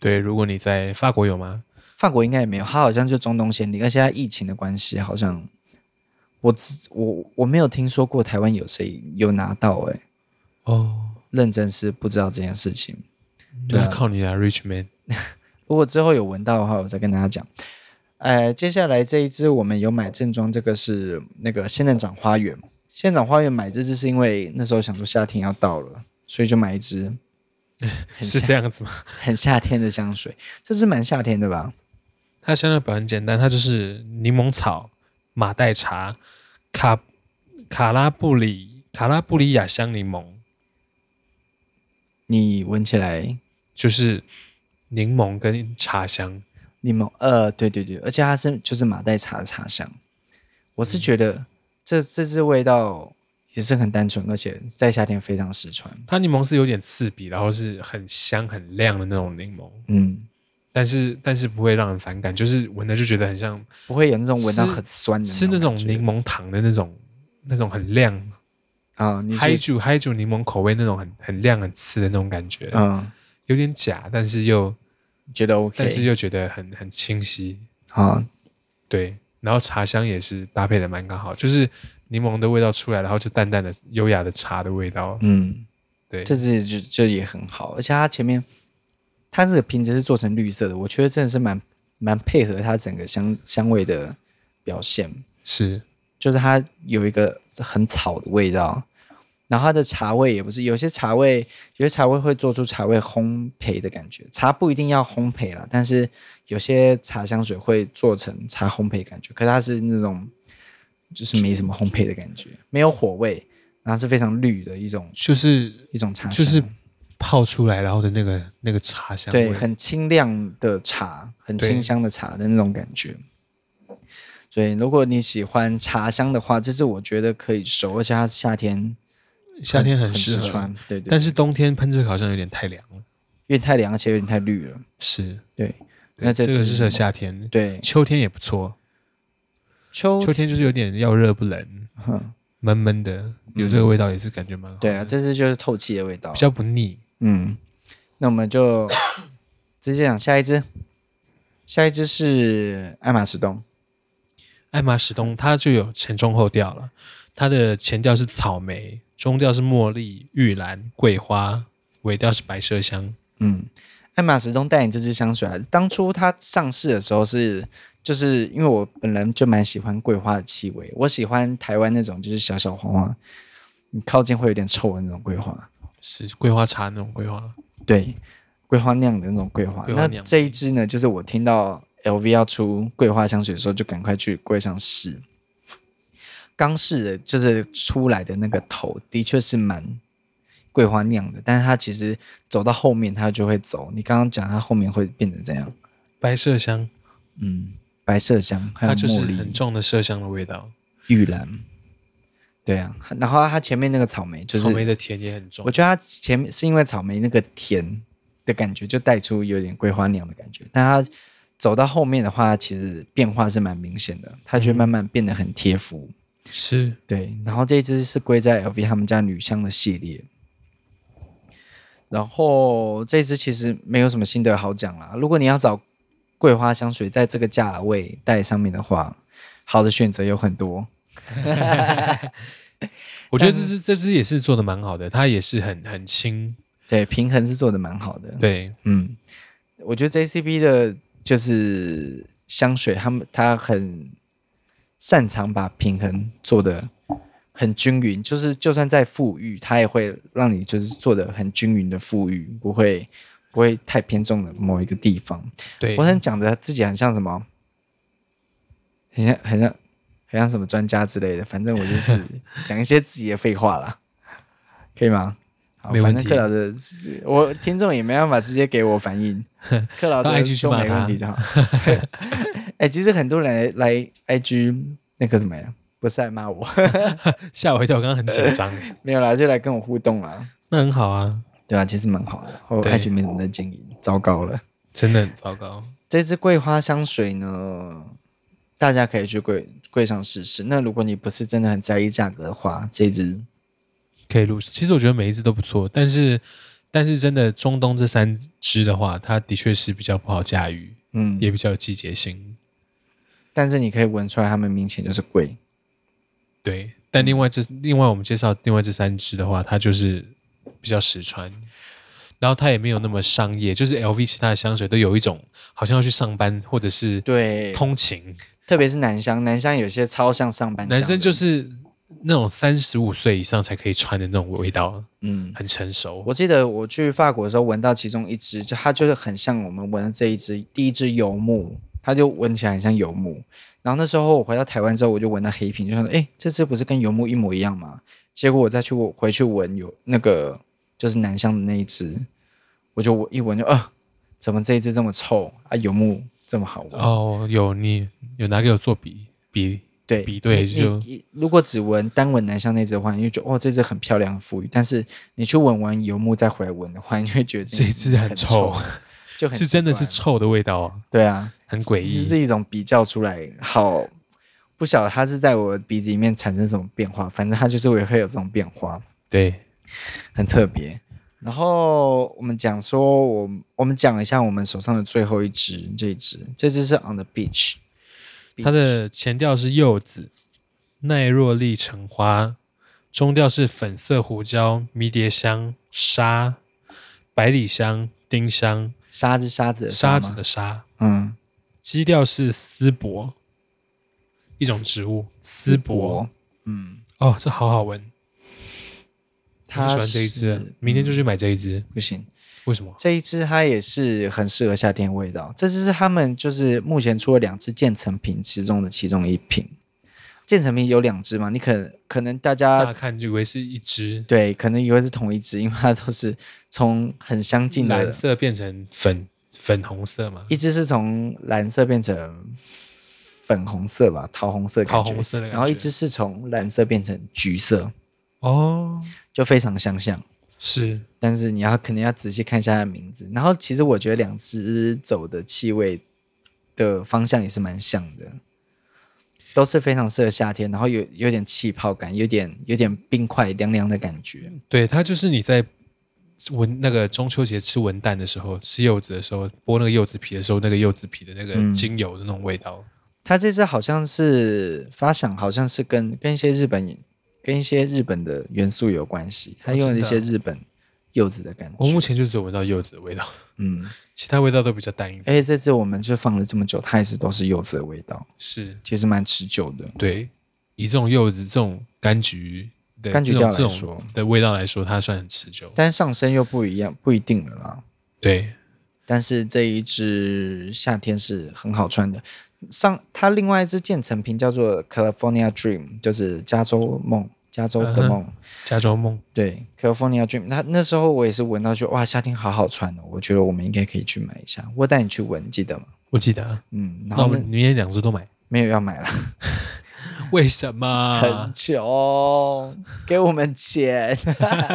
[SPEAKER 2] 对，如果你在法国有吗？
[SPEAKER 1] 法国应该也没有，它好像就中东先例，而且它疫情的关系，好像我只我我没有听说过台湾有谁有拿到、欸，
[SPEAKER 2] 哦，
[SPEAKER 1] 认真是不知道这件事情。对啊
[SPEAKER 2] 那靠你啊，Rich Man。
[SPEAKER 1] 如果之后有闻到的话，我再跟大家讲。呃，接下来这一支我们有买正装，这个是那个仙人掌花园。仙人掌花园买这支是因为那时候想说夏天要到了，所以就买一支很
[SPEAKER 2] 是
[SPEAKER 1] 夏
[SPEAKER 2] 这样子吗？
[SPEAKER 1] 很夏天的香水。这支蛮夏天的吧？
[SPEAKER 2] 它香料表很简单，它就是柠檬草、马黛茶、卡卡拉布里卡拉布里亚香柠檬，
[SPEAKER 1] 你闻起来
[SPEAKER 2] 就是柠檬跟茶香。
[SPEAKER 1] 柠檬，呃，对对对，而且它是就是马黛茶的茶香，我
[SPEAKER 2] 嗯
[SPEAKER 1] 是觉得这这支味道也是很单纯，而且在夏天非常实穿。
[SPEAKER 2] 它柠檬是有点刺鼻，然后是很香很亮的那种柠檬，
[SPEAKER 1] 嗯，
[SPEAKER 2] 但是但是不会让人反感，就是闻了就觉得很像
[SPEAKER 1] 不会有那种闻到
[SPEAKER 2] 吃
[SPEAKER 1] 很酸的
[SPEAKER 2] 吃那种
[SPEAKER 1] 感觉
[SPEAKER 2] 柠檬糖的那种那种很亮
[SPEAKER 1] 啊，你
[SPEAKER 2] 嗨
[SPEAKER 1] 是
[SPEAKER 2] 酒嗨酒柠檬口味那种很很亮很刺的那种感觉，
[SPEAKER 1] 嗯
[SPEAKER 2] 有点假，但是又
[SPEAKER 1] 觉得 OK，
[SPEAKER 2] 但是又觉得很很清晰，
[SPEAKER 1] 啊，
[SPEAKER 2] 对，然后茶香也是搭配的蛮刚好，就是柠檬的味道出来，然后就淡淡的优雅的茶的味道。
[SPEAKER 1] 嗯，
[SPEAKER 2] 对，
[SPEAKER 1] 这支就就也很好，而且它前面它这个瓶子是做成绿色的，我觉得真的是蛮蛮配合它整个香香味的表现。
[SPEAKER 2] 是
[SPEAKER 1] 就是它有一个很草的味道，然后它的茶味也不是，有些茶味，有些茶味会做出茶味烘焙的感觉，茶不一定要烘焙啦，但是有些茶香水会做成茶烘焙的感觉，可是它是那种就是没什么烘焙的感觉，没有火味，然后是非常绿的一种
[SPEAKER 2] 就是
[SPEAKER 1] 一种茶香，
[SPEAKER 2] 就是泡出来然后的那个那个茶香味
[SPEAKER 1] 对，，很清亮的茶，很
[SPEAKER 2] 对
[SPEAKER 1] 清香的茶的那种感觉。所以，如果你喜欢茶香的话，这支我觉得可以熟，而且它夏天
[SPEAKER 2] 夏天
[SPEAKER 1] 很
[SPEAKER 2] 适合
[SPEAKER 1] 穿，对对。
[SPEAKER 2] 但是冬天喷这个好像有点太凉了。
[SPEAKER 1] 因为太凉，而且有点太绿了。
[SPEAKER 2] 是，
[SPEAKER 1] 对，
[SPEAKER 2] 对
[SPEAKER 1] 那这
[SPEAKER 2] 这个
[SPEAKER 1] 只
[SPEAKER 2] 适合夏天，
[SPEAKER 1] 对，
[SPEAKER 2] 秋天也不错。
[SPEAKER 1] 秋
[SPEAKER 2] 秋天就是有点要热不冷，
[SPEAKER 1] 嗯
[SPEAKER 2] 闷闷的，有这个味道也是感觉蛮好的，
[SPEAKER 1] 对啊，这支就是透气的味道
[SPEAKER 2] 哦比。较不腻。
[SPEAKER 1] 嗯，那我们就直接讲下一支，下一支是爱马仕东。
[SPEAKER 2] 爱马仕东它就有前中后调了，它的前调是草莓，中调是茉莉、玉兰、桂花，尾调是白麝香。
[SPEAKER 1] 嗯，爱马仕东代言这支香水啊，当初它上市的时候是，就是因为我本人就蛮喜欢桂花的气味，我喜欢台湾那种就是小小黄黄，你靠近会有点臭的那种桂花。
[SPEAKER 2] 是桂花茶那种桂花，
[SPEAKER 1] 对，桂花酿的那种桂花。
[SPEAKER 2] 桂花
[SPEAKER 1] 那
[SPEAKER 2] 酿
[SPEAKER 1] 这一支呢，就是我听到 LV 要出桂花香水的时候，就赶快去柜上试。刚试的，就是出来的那个头，的确是蛮桂花酿的，但是它其实走到后面，它就会走。你刚刚讲它后面会变成怎样？
[SPEAKER 2] 白麝香，
[SPEAKER 1] 嗯，白麝香，还有
[SPEAKER 2] 它就是
[SPEAKER 1] 茉莉、
[SPEAKER 2] 很重的麝香的味道，
[SPEAKER 1] 玉兰。对啊，然后它前面那个草莓就是
[SPEAKER 2] 草莓的甜也很重
[SPEAKER 1] 我。觉得它前面是因为草莓那个甜的感觉，就带出有点桂花酿的感觉。但它走到后面的话，其实变化是蛮明显的，它就慢慢变得很贴肤。
[SPEAKER 2] 是
[SPEAKER 1] 对，然后这一支是归在 LV 他们家女香的系列。然后这支其实没有什么心得好讲啦。如果你要找桂花香水，在这个价位带上面的话，好的选择有很多。
[SPEAKER 2] 我觉得这支这支也是做的蛮好的，它也是很很轻，
[SPEAKER 1] 对，平衡是做的蛮好的。
[SPEAKER 2] 对，
[SPEAKER 1] 嗯，我觉得 JCB 的就是香水，他们他很擅长把平衡做的很均匀，就是就算在富裕，他也会让你就是做的很均匀的富裕，不会不会太偏重的某一个地方。
[SPEAKER 2] 对
[SPEAKER 1] 我，很讲的自己很像什么，很像很像很像什么专家之类的，反正我就是 讲一些自己的废话啦，可以吗？好，
[SPEAKER 2] 没
[SPEAKER 1] 反
[SPEAKER 2] 问
[SPEAKER 1] 正
[SPEAKER 2] 题
[SPEAKER 1] 克劳德，我听众也没办法直接给我反 应，克劳德
[SPEAKER 2] 到 IG 去
[SPEAKER 1] 都
[SPEAKER 2] 骂
[SPEAKER 1] 没问
[SPEAKER 2] 他
[SPEAKER 1] 题就 好。哎、其实很多人来来 IG 那个什么呀，不是来骂我，
[SPEAKER 2] 吓我一跳，我刚刚很紧张欸，
[SPEAKER 1] 没有啦，就来跟我互动啦。
[SPEAKER 2] 那很好啊，
[SPEAKER 1] 对啊，其实蛮好的，我
[SPEAKER 2] 对
[SPEAKER 1] IG 没怎么在经营，糟糕了。
[SPEAKER 2] 真的很糟糕。
[SPEAKER 1] 这支桂花香水呢，大家可以去柜柜上试试。那如果你不是真的很在意价格的话，这支
[SPEAKER 2] 可以入手。其实我觉得每一支都不错，但是但是真的中东这三支的话，它的确是比较不好驾驭，
[SPEAKER 1] 嗯，
[SPEAKER 2] 也比较有季节性。
[SPEAKER 1] 但是你可以闻出来，它们明显就是贵。
[SPEAKER 2] 对，但另外这另外我们介绍另外这三支的话，它就是比较实穿，然后它也没有那么商业，就是 LV 其他的香水都有一种好像要去上班或者是
[SPEAKER 1] 对，
[SPEAKER 2] 通勤，
[SPEAKER 1] 特别是男香，男香有些超像上班香的
[SPEAKER 2] 男生就是那种三十五岁以上才可以穿的那种味道，
[SPEAKER 1] 嗯。
[SPEAKER 2] 很成熟。
[SPEAKER 1] 我记得我去法国的时候，闻到其中一支，就它就是很像我们闻的这一支，第一支游牧，它就闻起来很像游牧。然后那时候我回到台湾之后，我就闻到黑瓶，就想说，哎，这支不是跟游牧一模一样吗？结果我再去我回去闻有那个就是南香的那一支，我就我一闻就啊、怎么这一支这么臭啊？游牧这么好闻？
[SPEAKER 2] 哦，有你有拿给我做比比
[SPEAKER 1] 对
[SPEAKER 2] 比对
[SPEAKER 1] 你
[SPEAKER 2] 就
[SPEAKER 1] 你你如果只闻单闻南香那支的话，你就觉得哦这支很漂亮很富裕，但是你去闻完游牧再回来闻的话，你会觉得
[SPEAKER 2] 这一支很
[SPEAKER 1] 很
[SPEAKER 2] 臭，
[SPEAKER 1] 就很
[SPEAKER 2] 是
[SPEAKER 1] 奇
[SPEAKER 2] 真的是
[SPEAKER 1] 怪
[SPEAKER 2] 臭的味道啊，
[SPEAKER 1] 对啊，
[SPEAKER 2] 很诡
[SPEAKER 1] 这
[SPEAKER 2] 异。
[SPEAKER 1] 是一种比较出来，好不晓得它是在我鼻子里面产生什么变化，反正它就是会会有这种变化，
[SPEAKER 2] 对，
[SPEAKER 1] 很特别。然后我们讲说，我我们讲一下我们手上的最后一支，这一支，这支是 On the Beach，
[SPEAKER 2] 它的前调是柚子、奈若丽橙花，中调是粉色胡椒、迷迭香、沙、百里香、丁香、
[SPEAKER 1] 沙子沙子的
[SPEAKER 2] 沙
[SPEAKER 1] 吗
[SPEAKER 2] 子的沙，
[SPEAKER 1] 嗯，
[SPEAKER 2] 基调是丝柏，一种植物。丝柏
[SPEAKER 1] 薄，嗯，
[SPEAKER 2] 哦，这好好闻，我
[SPEAKER 1] 它
[SPEAKER 2] 喜欢这一
[SPEAKER 1] 是嗯
[SPEAKER 2] 支，明天就去买这一支。
[SPEAKER 1] 不行，
[SPEAKER 2] 为什么？
[SPEAKER 1] 这一支它也是很适合夏天的味道。这支是他们就是目前出了两支渐层瓶其中的其中一瓶。渐层蜜有两只嘛，你可可能大
[SPEAKER 2] 乍
[SPEAKER 1] 家
[SPEAKER 2] 看就以为是一只
[SPEAKER 1] 对可能以为是同一只，因为它都是从很相近
[SPEAKER 2] 蓝
[SPEAKER 1] 的，
[SPEAKER 2] 色变成粉粉红色嘛，
[SPEAKER 1] 一只是从蓝色变成粉红色吧，桃红色的
[SPEAKER 2] 桃
[SPEAKER 1] 感觉，
[SPEAKER 2] 红色的感觉。
[SPEAKER 1] 然后一只是从蓝色变成橘色，
[SPEAKER 2] 哦，
[SPEAKER 1] 就非常相像。
[SPEAKER 2] 是
[SPEAKER 1] 但是你要可能要仔细看一下它的名字。然后其实我觉得两只走的气味的方向也是蛮像的，都是非常适合夏天，然后有有点气泡感，有点有点冰块凉凉的感觉。
[SPEAKER 2] 对，它就是你在文那个中秋节吃文旦的时候，吃柚子的时候，剥那个柚子皮的时候，那个柚子皮的那个
[SPEAKER 1] 嗯
[SPEAKER 2] 精油的那种味道。
[SPEAKER 1] 它这支好像是发想，好像是跟跟一些日本跟一些日本的元素有关系，它用了一些
[SPEAKER 2] 哦真的啊
[SPEAKER 1] 日本柚子的感
[SPEAKER 2] 我
[SPEAKER 1] 觉。
[SPEAKER 2] 目前就只有闻到柚子的味道，
[SPEAKER 1] 嗯，
[SPEAKER 2] 其他味道都比较淡一点。
[SPEAKER 1] 而且这次我们就放了这么久，它也是都是柚子的味道，
[SPEAKER 2] 是
[SPEAKER 1] 其实蛮持久的。
[SPEAKER 2] 对，以这种柚子、这种柑橘的
[SPEAKER 1] 柑橘
[SPEAKER 2] 这
[SPEAKER 1] 调
[SPEAKER 2] 种
[SPEAKER 1] 来
[SPEAKER 2] 这
[SPEAKER 1] 说
[SPEAKER 2] 种的味道来说，它算很持久。
[SPEAKER 1] 但是上身又不一样，不一定了啦。
[SPEAKER 2] 对，
[SPEAKER 1] 但是这一只夏天是很好穿的。上它另外一只渐层瓶叫做 California Dream，就是加州梦，加州
[SPEAKER 2] 嗯
[SPEAKER 1] 的梦。
[SPEAKER 2] 加州梦
[SPEAKER 1] 对，California Dream。那那时候我也是闻到就哇，夏天好好穿哦，我觉得我们应该可以去买一下。我带你去闻，记得吗？
[SPEAKER 2] 我记得、啊。
[SPEAKER 1] 嗯，然
[SPEAKER 2] 那我
[SPEAKER 1] 后呢
[SPEAKER 2] 们明天两只都买，
[SPEAKER 1] 没有要买了，
[SPEAKER 2] 为什么？
[SPEAKER 1] 很穷，给我们钱。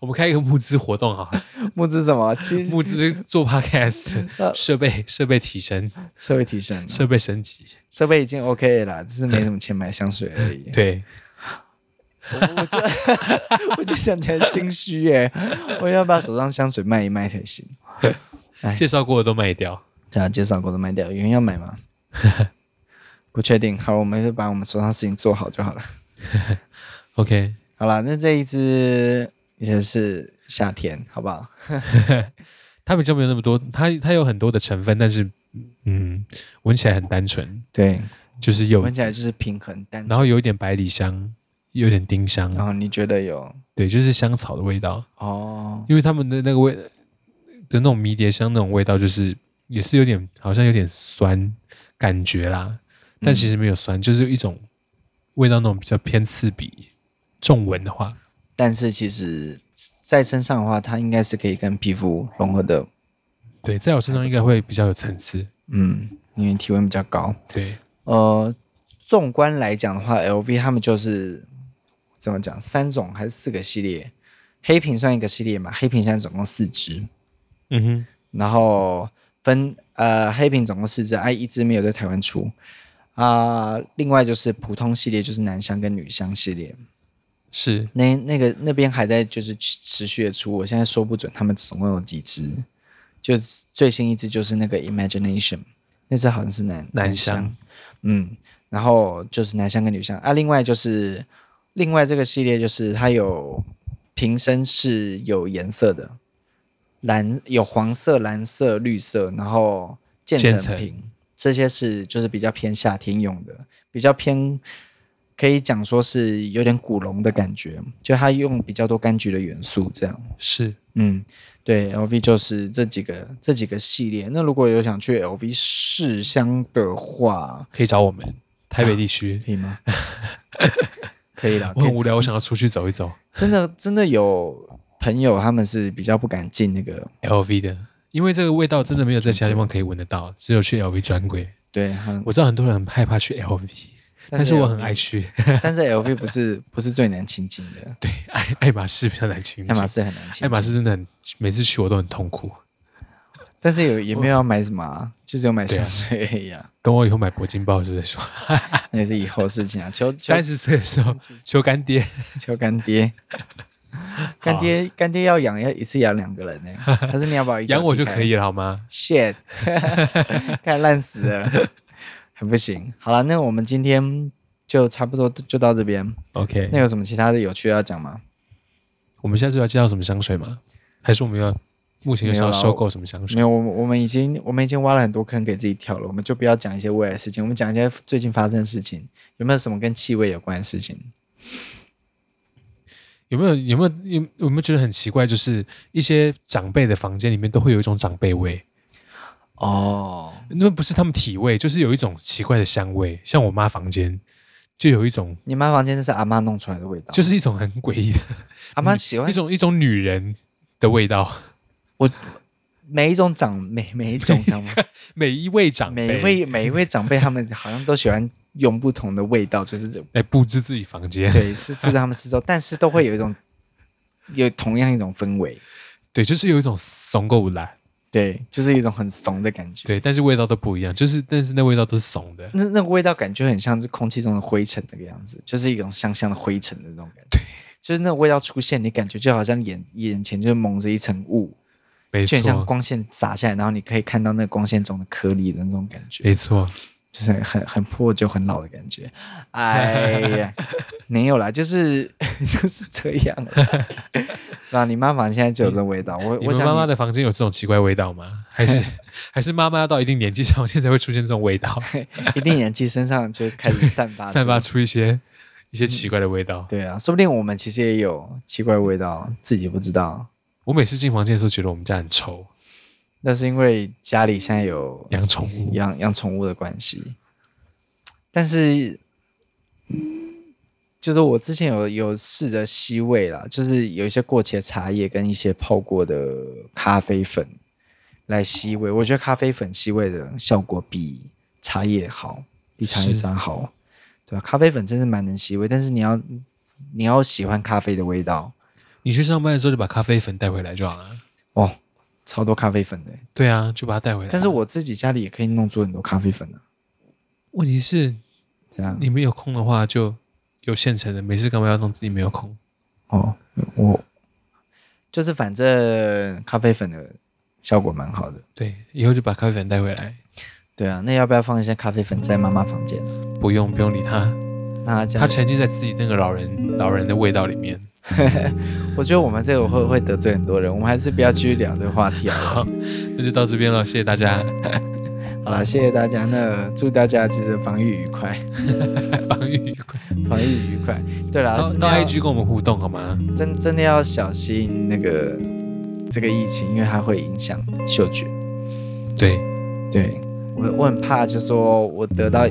[SPEAKER 2] 我们开一个募资活动好了，
[SPEAKER 1] 募资怎么？其实
[SPEAKER 2] 募资 做
[SPEAKER 1] 呃
[SPEAKER 2] podcast 设备设备提升，
[SPEAKER 1] 设备提升了，
[SPEAKER 2] 设备升级。
[SPEAKER 1] 设备已经 OK 了啦，只是没什么钱买香水而已。
[SPEAKER 2] 对，
[SPEAKER 1] 我我就 我就想起来心虚耶， 我要把手上香水卖一卖才行。
[SPEAKER 2] 介绍过的都卖掉。
[SPEAKER 1] 对啊，介绍过都卖掉，有人要买吗？ 不确定。好，我们就把我们手上事情做好就好了。
[SPEAKER 2] OK，
[SPEAKER 1] 好啦，那这一支也是夏天，好不好？
[SPEAKER 2] 它比较没有那么多，它它有很多的成分，但是嗯，闻起来很单纯，
[SPEAKER 1] 对，
[SPEAKER 2] 就是柚
[SPEAKER 1] 闻
[SPEAKER 2] 子，
[SPEAKER 1] 起来就是平衡单
[SPEAKER 2] 然
[SPEAKER 1] 纯。
[SPEAKER 2] 后有一点百里香，有点丁香，
[SPEAKER 1] 然后你觉得有
[SPEAKER 2] 对，就是香草的味道。
[SPEAKER 1] 哦？
[SPEAKER 2] 因为他们的那个味的那种迷迭香那种味道，就是也是有点好像有点酸感觉啦，但其实没有酸，就是一种味道那种比较偏刺鼻。重闻的话，
[SPEAKER 1] 但是其实，在身上的话，它应该是可以跟皮肤融合的。
[SPEAKER 2] 对，在我身上应该会比较有层次。
[SPEAKER 1] 嗯，因为体温比较高。
[SPEAKER 2] 对，
[SPEAKER 1] 呃，纵观来讲的话，LV 他们就是怎么讲，三种还是四个系列？黑瓶算一个系列嘛？黑瓶现在总共四支，
[SPEAKER 2] 嗯哼，
[SPEAKER 1] 然后分呃黑瓶总共四支，哎、一支没有在台湾出啊、另外就是普通系列，就是男香跟女香系列，
[SPEAKER 2] 是
[SPEAKER 1] 那那个那边还在就是持持续的出，我现在说不准他们总共有几支，就是最新一支就是那个 Imagination，那支好像是男
[SPEAKER 2] 男香
[SPEAKER 1] 香，嗯，然后就是男香跟女香啊，另外就是另外这个系列就是它有瓶身是有颜色的，蓝有黄色、蓝色、绿色，然后渐
[SPEAKER 2] 渐
[SPEAKER 1] 层
[SPEAKER 2] 层
[SPEAKER 1] 瓶这些是就是比较偏夏天用的，比较偏可以讲说是有点古龙的感觉，就它用比较多柑橘的元素这样。
[SPEAKER 2] 是，
[SPEAKER 1] 嗯，对，LV 就是这几个这几个系列。那如果有想去 LV 试香的话，
[SPEAKER 2] 可以找我们台北地区。
[SPEAKER 1] 可以 吗？可以啦，
[SPEAKER 2] 我
[SPEAKER 1] 可
[SPEAKER 2] 很
[SPEAKER 1] 以
[SPEAKER 2] 无聊，我想要出去走一走。
[SPEAKER 1] 真的真的有朋友他们是比较不敢进那个，
[SPEAKER 2] LV 的，因为这个味道真的没有在其他地方可以闻得到，只有去 LV 专柜。
[SPEAKER 1] 对，他们
[SPEAKER 2] 我知道很多人很害怕去 LV，但是我很爱，去。
[SPEAKER 1] LV 但是 LV 不是 不是最难亲近的，
[SPEAKER 2] 对，爱爱马仕比较难亲近
[SPEAKER 1] 爱马仕很难亲近，
[SPEAKER 2] 爱马仕真的很，每次去我都很痛苦。
[SPEAKER 1] 但是有也没有要买什么、啊，就只有买
[SPEAKER 2] 对
[SPEAKER 1] 香
[SPEAKER 2] 啊
[SPEAKER 1] 水而已啊。
[SPEAKER 2] 等我以后买铂金包的时候再说。
[SPEAKER 1] 那也是以后的事情啊，求求
[SPEAKER 2] 三十岁的时候求干爹，
[SPEAKER 1] 求干 爹，
[SPEAKER 2] 啊
[SPEAKER 1] 干爹干爹要养要一次养两个人呢、 还是你要不要一脚
[SPEAKER 2] 养我
[SPEAKER 1] 踢
[SPEAKER 2] 就
[SPEAKER 1] 开
[SPEAKER 2] 可以了好吗？
[SPEAKER 1] ？shit，看烂死了，还不行。好了，那我们今天就差不多就到这边。
[SPEAKER 2] OK，
[SPEAKER 1] 那有什么其他的有趣要讲吗？
[SPEAKER 2] 我们下次要介绍什么香水吗？还是我们要目前有想要
[SPEAKER 1] 没有啦
[SPEAKER 2] 收购什么香
[SPEAKER 1] 没
[SPEAKER 2] 水？
[SPEAKER 1] 有，我们我们已经我们已经挖了很多坑给自己跳了，我们就不要讲一些未来的事情，我们讲一些最近发生的事情，有没有什么跟气味有关的事情？
[SPEAKER 2] 有没有有没有有有没有觉得很奇怪？就是一些长辈的房间里面都会有一种长辈味，
[SPEAKER 1] 哦，
[SPEAKER 2] 哦那不是他们体味，就是有一种奇怪的香味。像我妈房间就有一种，
[SPEAKER 1] 你妈房间那是阿妈弄出来的味道，
[SPEAKER 2] 就是一种很诡异的
[SPEAKER 1] 阿妈喜欢
[SPEAKER 2] 一种一种女人的味道。
[SPEAKER 1] 每一种长每每一种长 辈
[SPEAKER 2] 每一位长辈
[SPEAKER 1] 每一位每一位长辈，他们好像都喜欢用不同的味道，就是这
[SPEAKER 2] 来布置自己房 间，
[SPEAKER 1] 对是不知道他们四周，但是都会有一种有同样一种氛围，
[SPEAKER 2] 对，就是有一种怂够懒，
[SPEAKER 1] 对，就是一种很怂的感觉。
[SPEAKER 2] 对，但是味道都不一样，就是但是那味道都是怂的，
[SPEAKER 1] 那那个味道感觉很像是空气中的灰尘那个样子，就是一种香香的灰尘的那种感觉。就是那个味道出现，你感觉就好像眼眼前就蒙着一层雾，
[SPEAKER 2] 没
[SPEAKER 1] 就很像
[SPEAKER 2] 错，
[SPEAKER 1] 光线洒下来，然后你可以看到那个光线中的颗粒的那种感觉，
[SPEAKER 2] 没错，
[SPEAKER 1] 就是很很破旧、很老的感觉。哎呀，没有啦，就是 就是这样 啦。 那你妈妈现在就有这味道，我
[SPEAKER 2] 你
[SPEAKER 1] 我
[SPEAKER 2] 们
[SPEAKER 1] 想
[SPEAKER 2] 妈妈
[SPEAKER 1] 你
[SPEAKER 2] 的房间有这种奇怪味道吗？还是还是妈妈要到一定年纪上 现在会出现这种 味道，
[SPEAKER 1] 一定年纪身上就开始散发
[SPEAKER 2] 散发
[SPEAKER 1] 出。
[SPEAKER 2] 出一些一些奇怪的味道？
[SPEAKER 1] 啊嗯对啊，说不定我们其实也有奇怪的味道，自己不知道。
[SPEAKER 2] 我每次进房间的时候，觉得我们家很臭，
[SPEAKER 1] 那是因为家里现在有
[SPEAKER 2] 养宠物
[SPEAKER 1] 养养宠物的关系。但是，就是我之前有有试着吸味啦，就是有一些过期的茶叶跟一些泡过的咖啡粉来吸味，我觉得咖啡粉吸味的效果比茶叶好，比茶叶
[SPEAKER 2] 是
[SPEAKER 1] 真的好。对啊，咖啡粉真是蛮能吸味，但是你要你要喜欢咖啡的味道
[SPEAKER 2] 你去上班的时候就把咖啡粉带回来就好了。
[SPEAKER 1] 哦，超多咖啡粉的欸。
[SPEAKER 2] 对啊，就把它带回来。
[SPEAKER 1] 但是我自己家里也可以弄出很多咖啡粉啊，
[SPEAKER 2] 问题是，
[SPEAKER 1] 这样
[SPEAKER 2] 你们有空的话就有现成的，每次干嘛要弄自己没有空？
[SPEAKER 1] 哦，我就是反正咖啡粉的效果蛮好的。
[SPEAKER 2] 对，以后就把咖啡粉带回来，
[SPEAKER 1] 对啊，那要不要放一些咖啡粉在妈妈房间？
[SPEAKER 2] 不用不用理他，
[SPEAKER 1] 那她这
[SPEAKER 2] 他
[SPEAKER 1] 样，
[SPEAKER 2] 沉浸在自己那个老人老人的味道里面。
[SPEAKER 1] 我觉得我们这个会会得罪很多人，我们还是不要继续聊这个话题 好了。
[SPEAKER 2] 好， 那就到这边了，谢谢大家，
[SPEAKER 1] 好了，谢谢大家，那祝大家就是防御愉 快，
[SPEAKER 2] 防御愉快。
[SPEAKER 1] 防御愉快。对啦，
[SPEAKER 2] 到
[SPEAKER 1] 真
[SPEAKER 2] 到
[SPEAKER 1] 的要
[SPEAKER 2] IG 跟我们互动好吗？
[SPEAKER 1] 真真的要小心那个这个疫情，因为它会影响嗅觉。
[SPEAKER 2] 对，
[SPEAKER 1] 对我我很怕，就说我得到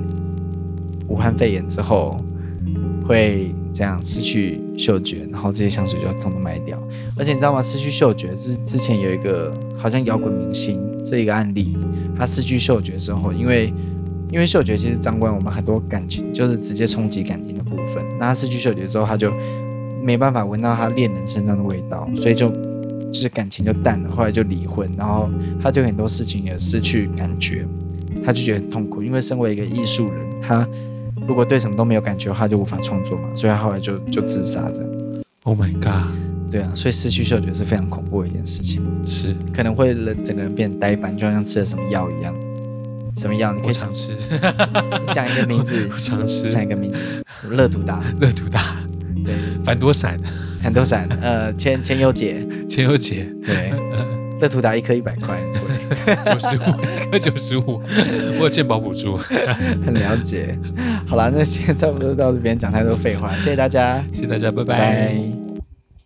[SPEAKER 1] 武汉肺炎之后，会这样失去嗅觉，然后这些香水就要统统卖掉。而且你知道吗？失去嗅觉之之前有一个好像摇滚明星这一个案例，他失去嗅觉之后，因为因为嗅觉其实掌管我们很多感情，就是直接冲击感情的部分。那他失去嗅觉之后，他就没办法闻到他恋人身上的味道，所以就就是感情就淡了，后来就离婚，然后他对很多事情也失去感觉，他就觉得很痛苦，因为身为一个艺术人，他如果对什么都没有感觉的话，就无法创作嘛，所以他后来就就自杀这样。
[SPEAKER 2] Oh my god！
[SPEAKER 1] 对啊，所以失去嗅觉是非常恐怖的一件事情，
[SPEAKER 2] 是
[SPEAKER 1] 可能会人整个人变呆板，就好像吃了什么药一样。什么药？你可
[SPEAKER 2] 我
[SPEAKER 1] 以讲
[SPEAKER 2] 常吃，
[SPEAKER 1] 讲一个名字
[SPEAKER 2] 我，常吃
[SPEAKER 1] 讲一个名字，乐土 达，
[SPEAKER 2] 乐土达、
[SPEAKER 1] 对，
[SPEAKER 2] 反多散、
[SPEAKER 1] 很多散，呃，千千优姐，
[SPEAKER 2] 千优姐、
[SPEAKER 1] 对，乐土达一颗一百块，很贵
[SPEAKER 2] 九十五，一 颗九十五，我有健保补助。
[SPEAKER 1] 很了解。好啦，那今天差不多到这边，讲太多废话，谢谢大家，
[SPEAKER 2] 谢谢大家，拜
[SPEAKER 1] 拜
[SPEAKER 2] 拜
[SPEAKER 1] 拜